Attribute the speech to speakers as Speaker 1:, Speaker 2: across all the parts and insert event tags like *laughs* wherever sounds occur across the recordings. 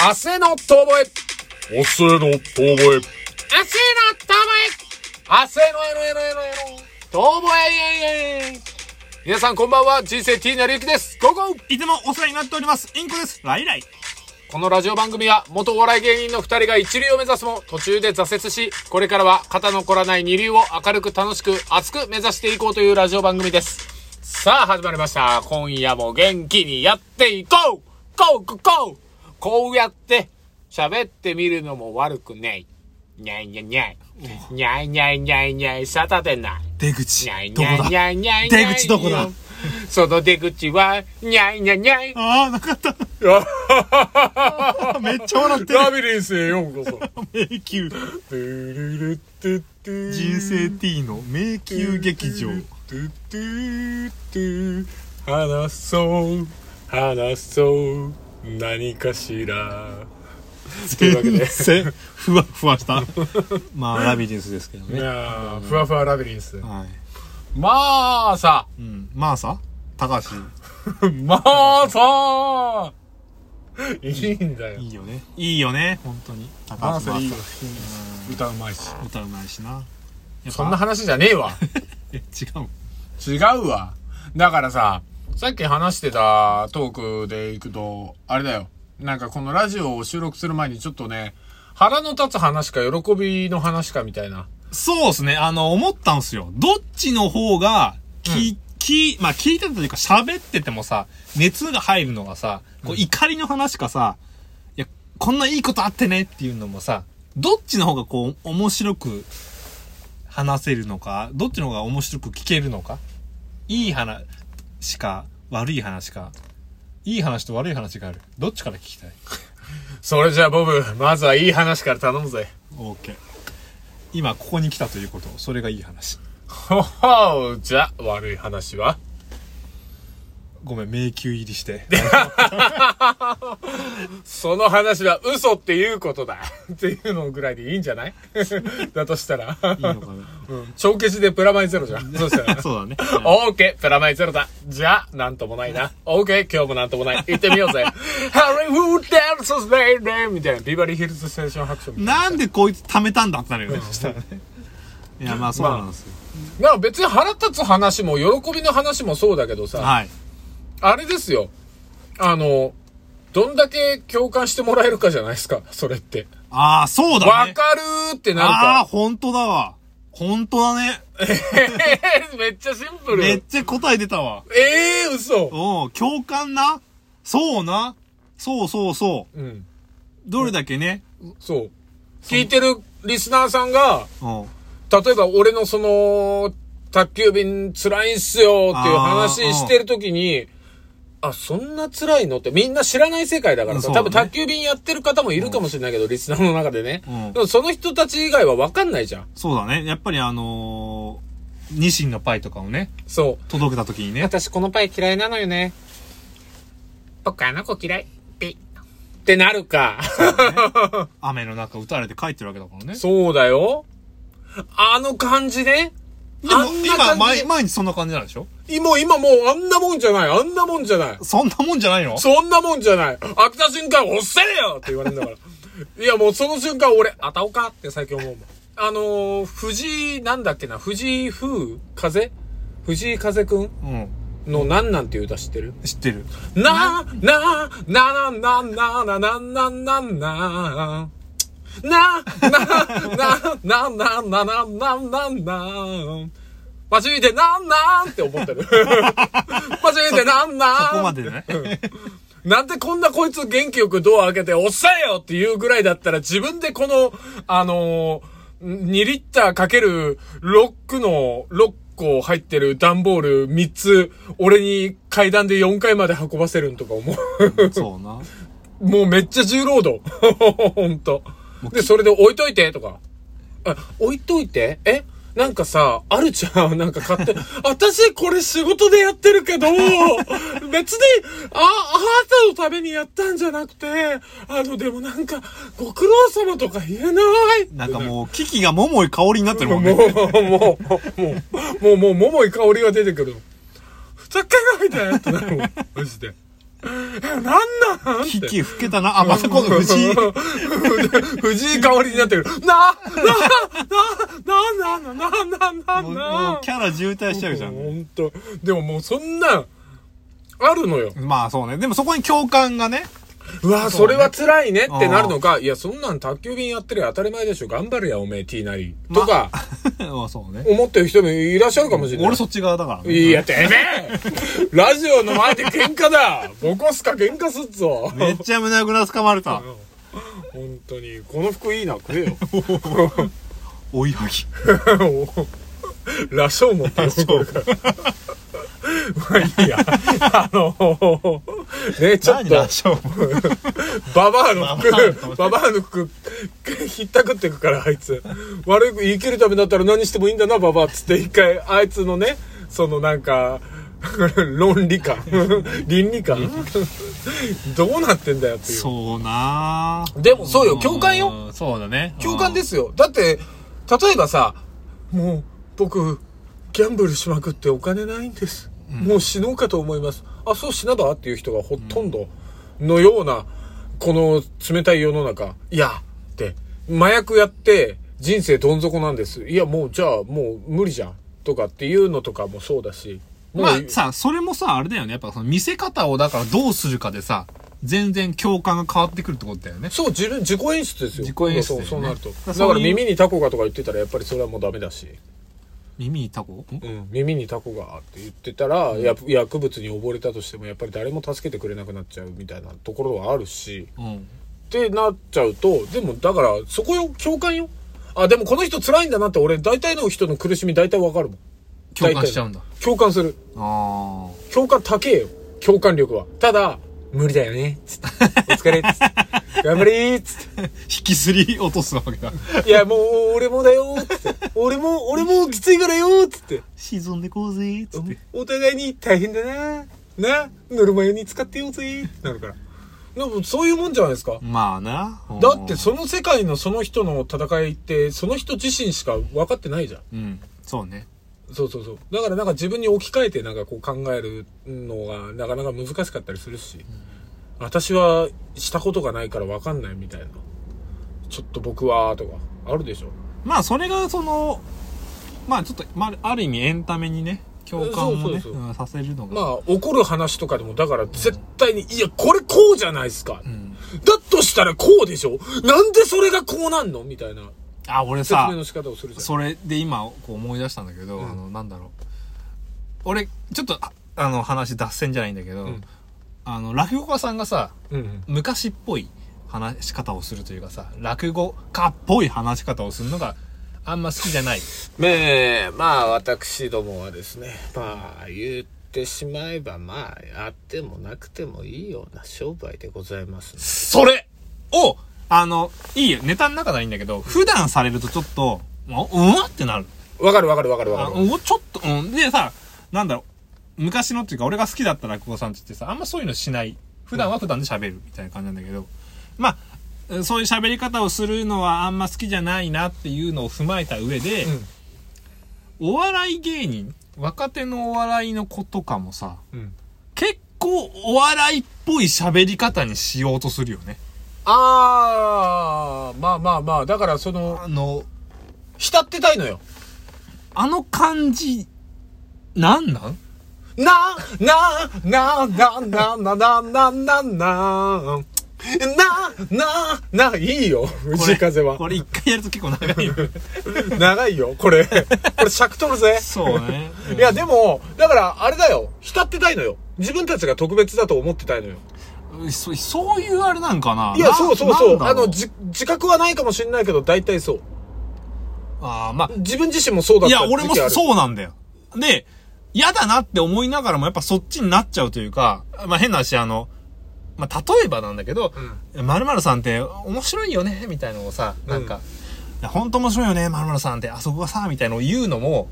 Speaker 1: 汗の遠吠え。汗の遠吠え。汗の遠吠え。汗のエロエロエロエロ。遠吠えイエイイエイ。皆さんこんばんは、人生 T なりゆきです。ゴーゴー
Speaker 2: いつもお世話になっております。インコです。ライライ。
Speaker 1: このラジオ番組は元お笑い芸人の二人が一流を目指すも途中で挫折し、これからは肩の凝らない二流を明るく楽しく熱く目指していこうというラジオ番組です。さあ始まりました。今夜も元気にやっていこうこうこうこうこうやって喋ってみるのも悪くない。にゃいにゃいにゃい。にゃいにゃいにゃいにゃい、サタデーナイト
Speaker 2: 出口
Speaker 1: にゃい。
Speaker 2: ど
Speaker 1: に
Speaker 2: こ
Speaker 1: ゃいに
Speaker 2: だ
Speaker 1: ゃいにゃいにゃい。
Speaker 2: 出口どこだ
Speaker 1: その出口は、にゃいにゃいにゃい。
Speaker 2: ああ、なかった。めっちゃ笑ってる。
Speaker 1: ラビリンスへようこそ。
Speaker 2: *laughs* 迷宮。
Speaker 1: 人
Speaker 2: 人生 T の迷宮劇場。
Speaker 1: 話そう話そう何かしらというわけで
Speaker 2: 全然 *laughs* ふわふわした。 *laughs* まあ、ラビリンスですけど
Speaker 1: い
Speaker 2: ね。
Speaker 1: やーふわふわラビリンス
Speaker 2: は
Speaker 1: まあさ
Speaker 2: い。うん。まあさ、高橋、
Speaker 1: まあさいいんだよ
Speaker 2: いいよね。いいよね、本当に。高
Speaker 1: まあ
Speaker 2: 橋
Speaker 1: さいいよ
Speaker 2: 真
Speaker 1: 歌うまいし
Speaker 2: 麻歌うまいしな。やっぱ
Speaker 1: そんな話じゃねえわ
Speaker 2: え、違う。
Speaker 1: 違うわだからささっき話してたトークでいくとあれだよなんかこのラジオを収録する前にちょっとね腹の立つ話か喜びの話かみたいな
Speaker 2: そうですね。あの、思ったんすよ。どっちの方が、き、き、まあ、聞いてたというか喋っててもさ、熱が入るのがさ、こう怒りの話かさ、いや、こんないいことあってねっていうのもさ、どっちの方がこう、面白く話せるのか、どっちの方が面白く聞けるのか、いい話しか、悪い話か、いい話と悪い話がある。どっちから聞きたい
Speaker 1: それじゃあボブ、まずはいい話から頼むぜ。
Speaker 2: ?OK。今ここに来たということ、それがいい話。
Speaker 1: ほほう、じゃあ悪い話は
Speaker 2: ごめん、迷宮入りして。
Speaker 1: その話は嘘っていうことだ。っていうのぐらいでいいんじゃない *laughs* だとしたら。
Speaker 2: いいのか
Speaker 1: うん帳消しでプラマイゼロじゃん。そうしたら
Speaker 2: な。 *laughs* そうだね。
Speaker 1: オーケー、プラマイゼロだ。じゃあ、なんともないな。オーケー、今日もなんともない。行ってみよう
Speaker 2: *laughs*
Speaker 1: ぜ。ハリウッドダンスベイデーみたいな、ビバリーヒルズステーション拍手みたいな。
Speaker 2: なんでこいつ貯めたんだってなるよね。そしたらね。いや、まあそうなんですよ。
Speaker 1: だから別に腹立つ話も、喜びの話もそうだけどさ、
Speaker 2: はい。
Speaker 1: あれですよ。あの、どんだけ共感してもらえるかじゃないですか、それって。
Speaker 2: ああ、そうだ
Speaker 1: わ、
Speaker 2: ね。
Speaker 1: かるーってなる
Speaker 2: ああ、
Speaker 1: か。
Speaker 2: 本当だわ。本当だね。
Speaker 1: *laughs* めっちゃシンプル。
Speaker 2: め
Speaker 1: え
Speaker 2: っちゃ答え出たわ。
Speaker 1: えー、嘘。
Speaker 2: おう共感な。そうな。そうそうそう。
Speaker 1: うん。
Speaker 2: どれだけね。
Speaker 1: そう。聞いてるリスナーさんが、
Speaker 2: うん。
Speaker 1: 例えば俺のその、宅急便辛いんすよっていう話してるときに、あ、そんな辛いのってみんな知らない世界だからさ、
Speaker 2: うんそ
Speaker 1: 多
Speaker 2: うだね
Speaker 1: 分宅急便やってる方もいるかもしれないけど、リスナーの中でね。
Speaker 2: うん
Speaker 1: でもその人たち以外はわかんないじゃん。
Speaker 2: そうだね。やっぱりあのー、ニシンのパイとかをね、
Speaker 1: そう。
Speaker 2: 届けた時にね。
Speaker 1: 私このパイ嫌いなのよね。僕あの子嫌い。ピッ。ってなるか。
Speaker 2: *laughs* 雨の中打たれて帰ってるわけだからね。
Speaker 1: そうだよ。あの感じね。
Speaker 2: でも
Speaker 1: あんな
Speaker 2: 今、
Speaker 1: 感
Speaker 2: 毎
Speaker 1: じ
Speaker 2: 毎日そんな感じなんでしょ
Speaker 1: 今、今もうあんなもんじゃない。あんなもんじゃない。
Speaker 2: そんなもんじゃないの
Speaker 1: そんなもんじゃない。開けた瞬間、おっせれよって言われるんだから。いや、もうその瞬間、俺、あたおかって最近思うもん。あのー、藤井、なんだっけな、藤井風風藤井風くん
Speaker 2: うん。
Speaker 1: のなんなんていう歌知ってる
Speaker 2: 知ってる。
Speaker 1: な、な、な、な、な、な、な、な、な、な、な、な、な、な、な、な、な、な、な、な、な、間違えて、なんなんって思ってる。間違えて、なんなん
Speaker 2: ここまでね。
Speaker 1: なんでこんなこいつ元気よくドア開けて、おっさんよっていうぐらいだったら、自分でこの、あのー、2リッターかける6区の、6個入ってる段ボール3つ、俺に階段で4階まで運ばせるんとか思う。
Speaker 2: そうな。
Speaker 1: もうめっちゃ重労働。 *laughs* ほんと。で、それで置いといてとか。あ、置いといてえなんかさ、あるじゃん。 *laughs* なんか買って。私これ仕事でやってるけど、 *laughs* 別に、あ、あなたのためにやったんじゃなくて、あの、でもなんか、ご苦労様とか言えない。
Speaker 2: なんかもう、キキが桃井香りになってるもん
Speaker 1: も
Speaker 2: ね。
Speaker 1: う、もう、もう、もう、もう、もう、桃井香りが出てくるの。ふざけないでってなるもん。マジで。なんなん
Speaker 2: キキ老けたな。あ、また今度藤井。
Speaker 1: *laughs* 藤井香織になってる。な、な、な、な、な、な、な、な、な、
Speaker 2: もうも
Speaker 1: な
Speaker 2: う。キャラ渋滞しちゃうじゃん。
Speaker 1: ほんと。でももうそんなん、あるのよ。
Speaker 2: まあそうね。でもそこに共感がね。 *laughs*
Speaker 1: うわ、それは辛いねってなるのか、いや、そんなん宅急便やってりゃ当たり前でしょ。頑張れや、おめえ、T なり。とか、
Speaker 2: まあそうね。
Speaker 1: 思ってる人もいらっしゃるかもしれない。
Speaker 2: 俺そっち側だからね。
Speaker 1: いや、てめ
Speaker 2: *laughs*
Speaker 1: えラジオの前で喧嘩だボコすか喧嘩すっぞ
Speaker 2: めっちゃ胸ぐらつかまれた。
Speaker 1: 本当に、この服いいな、く
Speaker 2: *laughs*
Speaker 1: れよ。 *laughs*
Speaker 2: おいはぎ。
Speaker 1: ラショウ持ってるこれから。まあいいや。あの、ね、ちょっ
Speaker 2: 何
Speaker 1: と、
Speaker 2: だ、勝負。
Speaker 1: ババアの
Speaker 2: ババアの
Speaker 1: 服、ババアの服、ひったくってくから、あいつ。悪く生きるためだったら何してもいいんだな、ババアっつって、一回、あいつのね、そのなんか、論理 *laughs* 観、倫理観、どうなってんだよっていう。
Speaker 2: そうなぁ
Speaker 1: でもそうよ、共感よ。。
Speaker 2: うんそうだね。。
Speaker 1: 共感ですすよ。だって、例えばさ、もう、僕、ギャンブルしまくってお金ないんです。もう死のうかと思います。あ、そう死なばっていう人がほとんどのような、この冷たい世の中。いや、って、麻薬やって人生どん底なんです。いや、もうじゃあもう無理じゃん。とかっていうのとかもそうだし。もう
Speaker 2: まあさ、それもさ、あれだよね。やっぱその見せ方をだからどうするかでさ、全然共感が変わってくるってことだよね。
Speaker 1: そう、自分、自己演出ですよ。
Speaker 2: 自己演出だよ
Speaker 1: そう、
Speaker 2: ね
Speaker 1: そうなると。
Speaker 2: ら
Speaker 1: だ
Speaker 2: そういう
Speaker 1: から耳にタコがとか言ってたら、やっぱりそれはもうダメだし。
Speaker 2: 耳にタコん
Speaker 1: うん、耳にタコがって言ってたら、や薬物に溺れたとしてもやっぱり誰も助けてくれなくなっちゃうみたいなところはあるし
Speaker 2: うん。
Speaker 1: ってなっちゃうとでもだからそこよ共感よあでもこの人辛いんだなって俺大体の人の苦しみ大体わかるもん
Speaker 2: 共感しちゃうんだ。
Speaker 1: 共感する
Speaker 2: あ
Speaker 1: 共感高えよ共感力はただ無理だよねつってお疲れっつって頑張れっつっ
Speaker 2: あ。引きずり落とすわけだ。
Speaker 1: ていやもう俺もだよつって俺も俺もきついからよつって
Speaker 2: 沈んでこうぜーっつって。
Speaker 1: お互いに大変だななノルマ用に使ってようぜなるからでもそういうもんじゃないですか、
Speaker 2: まあな。
Speaker 1: だってその世界のその人の戦いってその人自身しか分かってないじゃん
Speaker 2: うん。そうね。
Speaker 1: そうそうそうだからなんか自分に置き換えてなんかこう考えるのがなかなか難しかったりするし、私はしたことがないから分かんないみたいなちょっと僕はとかあるでしょ
Speaker 2: まあそれがその、まあちょっと、まあある意味エンタメにね、共感をね、
Speaker 1: そうそうそう
Speaker 2: うんさせるのが。
Speaker 1: まあ怒る話とかでもだから絶対に、いやこれこうじゃないですか、
Speaker 2: うん。
Speaker 1: だとしたらこうでしょなんでそれがこうなんのみたいな
Speaker 2: あ、俺
Speaker 1: 説
Speaker 2: さ
Speaker 1: 明、の仕方をするじゃん。
Speaker 2: それで今こう思い出したんだけど、あのなんだろう俺ちょっとああの話脱線じゃないんだけど、
Speaker 1: ん
Speaker 2: あの落語家さんがさ
Speaker 1: うん。
Speaker 2: 昔っぽい話し方をするというかさ落語家っぽい話し方をするのがあんま好きじゃない
Speaker 1: ええ、まあ私どもはですね、まあ言ってしまえばまああってもなくてもいいような商売でございます。
Speaker 2: それをあのいいよネタの中ではいいんだけど普段されるとちょっともううわってなる
Speaker 1: わかるわかるわかるわ
Speaker 2: あ
Speaker 1: かる。
Speaker 2: おちょっとうんでさなんだろう昔のっていうか俺が好きだった落語さんって言ってさあんまそういうのしない普段は普段で喋るみたいな感じなんだけどまあうんそういう喋り方をするのはあんま好きじゃないなっていうのを踏まえた上で、
Speaker 1: ん
Speaker 2: お笑い芸人若手のお笑いの子とかもさ
Speaker 1: うん。
Speaker 2: 結構お笑いっぽい喋り方にしようとするよね
Speaker 1: ああ、まあまあまあ、だからその、
Speaker 2: あの
Speaker 1: 浸ってたいのよ。
Speaker 2: あの感じなんなん
Speaker 1: な、な、な、な、な、な、な、な、な、な、な、な、な、いいよ、藤井風は。
Speaker 2: これ一回やると結構長い *laughs* よ
Speaker 1: 長いよ、これ。これ尺取るぜ。
Speaker 2: そうね、う
Speaker 1: い
Speaker 2: ん
Speaker 1: や、でも、だから、あれだよ。浸ってたいのよ。自分たちが特別だと思ってたいのよ。
Speaker 2: そそういうあれなんかないい
Speaker 1: や、そうそうそう。あの、
Speaker 2: じ
Speaker 1: じ、自覚はないかもしれないけど、大体そう。
Speaker 2: あーまあ、
Speaker 1: 自分自身もそうだっ
Speaker 2: い
Speaker 1: た
Speaker 2: や、俺も
Speaker 1: 時期ある
Speaker 2: そうなんだよ。で、嫌だなって思いながらもやっぱそっちになっちゃうというか、まあ変な話、あの、まあ例えばなんだけど、〇〇さんって面白いよね、みたいのをさ、なんか、いや本当面白いよね、〇〇さんって、あそこがさ、みたいのを言うのも、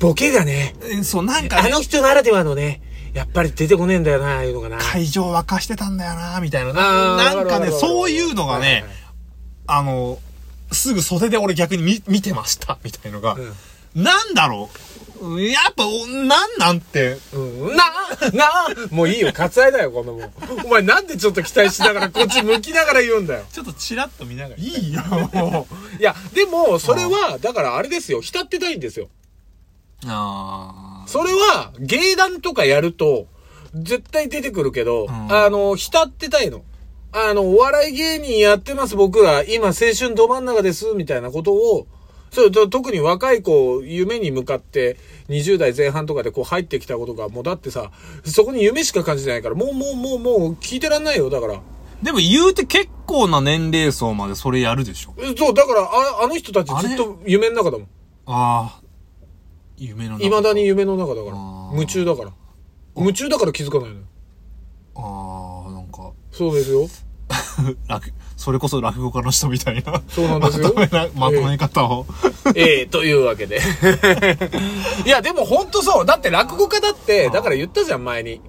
Speaker 1: ボケがね、
Speaker 2: えそう、なんか
Speaker 1: あ
Speaker 2: ね、
Speaker 1: の人ならではのね、やっぱり出てこねえんだよな、ああいうのがな。
Speaker 2: 会場沸かしてたんだよな、みたいな。
Speaker 1: あー
Speaker 2: ななん
Speaker 1: わ
Speaker 2: か
Speaker 1: るわ
Speaker 2: ね、
Speaker 1: る
Speaker 2: そういうのが
Speaker 1: はい
Speaker 2: ね
Speaker 1: はい、
Speaker 2: あの、すぐ袖で俺逆に見見てました、みたいのが、
Speaker 1: ん
Speaker 2: なんだろううんやっぱ、おなんなんて。
Speaker 1: うん、ななもういいよ、割愛だよ、こんなもん。お前なんでちょっと期待しながら、こっち向きながら言うんだよ。
Speaker 2: ちょっとチラッと見ながら。
Speaker 1: いいよ、もう。いや、でも、それは、だからあれですよ、浸ってないんですよ。
Speaker 2: あ
Speaker 1: それは、芸団とかやると、絶対出てくるけど、
Speaker 2: ん
Speaker 1: あの、浸ってたいの。あの、お笑い芸人やってます、僕ら。今、青春ど真ん中です、みたいなことを、そう、と特に若い子、夢に向かって、20代前半とかでこう入ってきたことが、もうだってさ、そこに夢しか感じてないから、もうもうもうもう、聞いてらんないよ、だから。
Speaker 2: でも言うて結構な年齢層までそれやるでしょ。
Speaker 1: えそう、だから、ああの人たちずっと夢の中だもん。
Speaker 2: ああ。夢の中。
Speaker 1: 未だに。夢の中だか
Speaker 2: あ
Speaker 1: ら。
Speaker 2: ー
Speaker 1: 夢中だから。夢中だから気づかないのよ。
Speaker 2: ああ、なんか、 *laughs*
Speaker 1: そうですよ。
Speaker 2: 楽、それこそ落語家の人みたいな。
Speaker 1: そうなん
Speaker 2: *laughs*
Speaker 1: ですよ
Speaker 2: まとめな、まとめ方を。
Speaker 1: ええというわけで。 *laughs* いや、でもほんとそう。だって落語家だって、だから言ったじゃん、前に。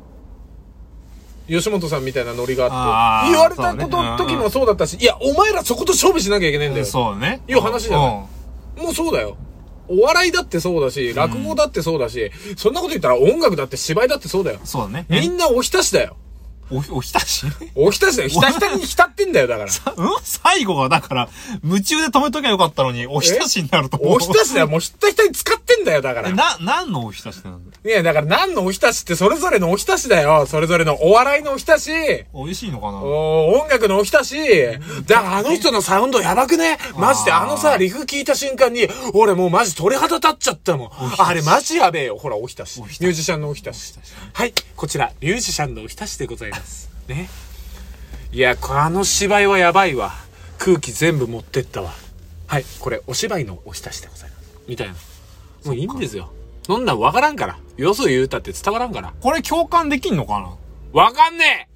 Speaker 1: 吉本さんみたいなノリがあって。
Speaker 2: あー
Speaker 1: 言われたこと、
Speaker 2: そうねうんうん
Speaker 1: 時もそうだったし、いや、お前らそこと勝負しなきゃいけねえんだよ。
Speaker 2: そうね。
Speaker 1: いう話じゃない
Speaker 2: うん
Speaker 1: もうそうだよ。お笑いだってそうだし、落語だってそうだし、そんなこと言ったら音楽だって芝居だってそうだよ。
Speaker 2: そうだね。
Speaker 1: みんなおひたしだよ。
Speaker 2: お、おひたし
Speaker 1: おひたしだよ。ひたひたに浸ってんだよ、 *laughs* だから。
Speaker 2: *laughs* うん最後はだから、夢中で止めときゃよかったのに、おひたしになると思う。
Speaker 1: おひたしだよ。もうひたひたに使ってんだよ、だから
Speaker 2: え。な、何のおひたしなんだ
Speaker 1: いや、だから何のおひたしってそれぞれのおひたしだよ。それぞれのお笑いのおひたし、
Speaker 2: 美味しいのかな
Speaker 1: お音楽のおひたし。だからあの人のサウンドやばくねマジで
Speaker 2: あー
Speaker 1: あのさ、リフ聞いた瞬間に、俺もうマジ鳥肌立っちゃったもん。あれマジやべえよ。ほら、おひたし。ミ
Speaker 2: ひたし
Speaker 1: ュージシャンのおひたし。はい、こちら、ミュージシャンのおひたしでございます。ね。いや、あの芝居はやばいわ。空気全部持ってったわ。はい、これ、お芝居のおひたしでございます。みたいな。もういいんですよ。そんなんわからんから。よそ言うたって伝わらんから。
Speaker 2: これ共感できんのかな
Speaker 1: わかんねえ